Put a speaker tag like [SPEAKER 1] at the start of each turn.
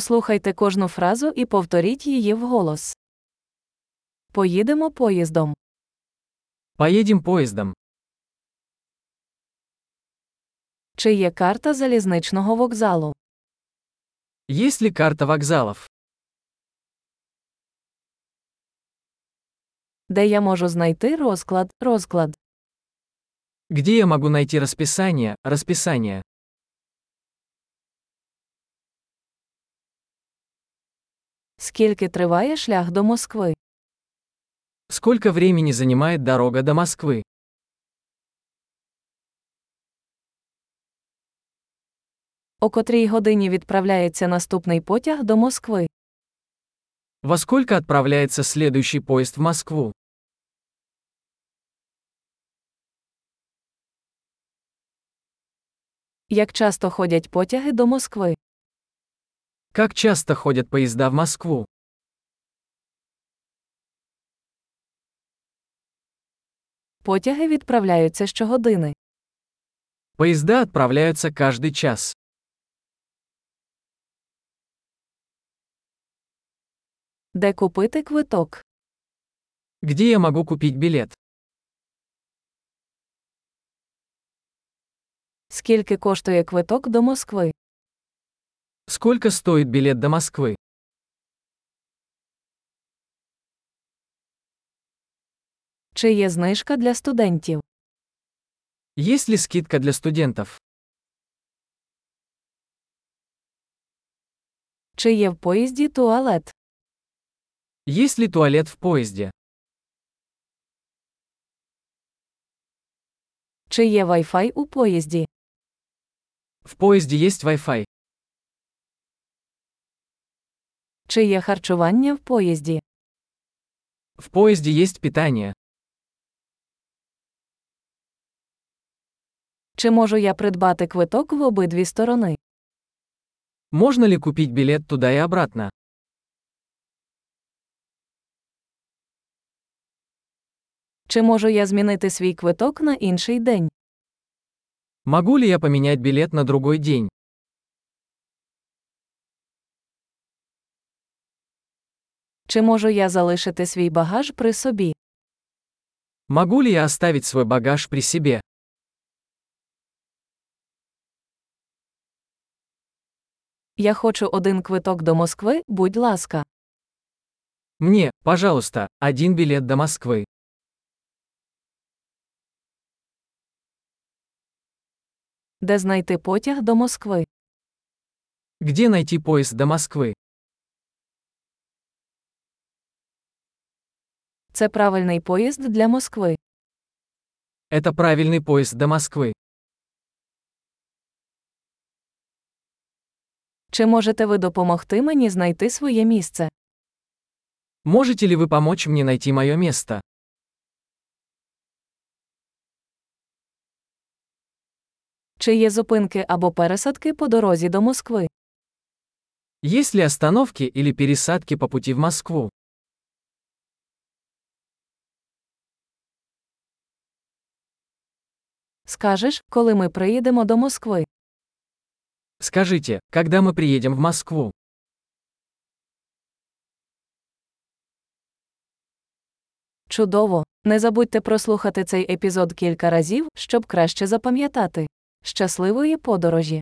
[SPEAKER 1] Послухайте кожну фразу і повторіть її вголос. Поїдемо поїздом.
[SPEAKER 2] Поедем поездом.
[SPEAKER 1] Чи є карта залізничного вокзалу?
[SPEAKER 2] Есть ли карта вокзалов?
[SPEAKER 1] Де я можу знайти розклад, розклад?
[SPEAKER 2] Где я могу найти расписание, расписание?
[SPEAKER 1] Скільки триває шлях до Москви?
[SPEAKER 2] Сколько времени занимает дорога до Москвы?
[SPEAKER 1] О котрій годині відправляється наступний потяг до Москви?
[SPEAKER 2] Во сколько отправляется следующий поезд в Москву?
[SPEAKER 1] Як часто ходять потяги до Москви?
[SPEAKER 2] Как часто ходят поезда в Москву?
[SPEAKER 1] Потяги відправляються щогодини.
[SPEAKER 2] Поезда отправляются каждый час.
[SPEAKER 1] Де купити квиток?
[SPEAKER 2] Где я могу купить билет?
[SPEAKER 1] Скільки коштує квиток до Москви?
[SPEAKER 2] Сколько стоит билет до Москвы?
[SPEAKER 1] Чи є знижка для студентів?
[SPEAKER 2] Есть ли скидка для студентов?
[SPEAKER 1] Чи є в поїзді туалет?
[SPEAKER 2] Есть ли туалет в поезде?
[SPEAKER 1] Чи є Wi-Fi у поїзді?
[SPEAKER 2] В поезде есть Wi-Fi.
[SPEAKER 1] Чи є харчування в поїзді?
[SPEAKER 2] В поезде есть питание.
[SPEAKER 1] Чи можу я придбати квиток в обидві сторони?
[SPEAKER 2] Можно ли купить билет туда и обратно?
[SPEAKER 1] Чи можу я змінити свій квиток на інший день?
[SPEAKER 2] Могу ли я поменять билет на другой день?
[SPEAKER 1] Чи можу я залишити свій багаж при собі?
[SPEAKER 2] Могу ли я оставить свой багаж при себе?
[SPEAKER 1] Я хочу один квиток до Москви, будь ласка.
[SPEAKER 2] Мне, пожалуйста, один билет до Москвы.
[SPEAKER 1] Де знайти потяг до Москви?
[SPEAKER 2] Где найти поезд до Москвы?
[SPEAKER 1] Це правильний поїзд для Москви.
[SPEAKER 2] Это правильный поезд до Москвы.
[SPEAKER 1] Чи можете ви допомогти мені знайти своє місце?
[SPEAKER 2] Можете ли вы помочь мне найти мое место?
[SPEAKER 1] Чи є зупинки або пересадки по дорозі до Москви?
[SPEAKER 2] Есть ли остановки или пересадки по пути в Москву?
[SPEAKER 1] Скажеш, коли ми приїдемо до Москви?
[SPEAKER 2] Скажите, когда мы приедем в Москву?
[SPEAKER 1] Чудово! Не забудьте прослухати цей епізод кілька разів, щоб краще запам'ятати. Щасливої подорожі!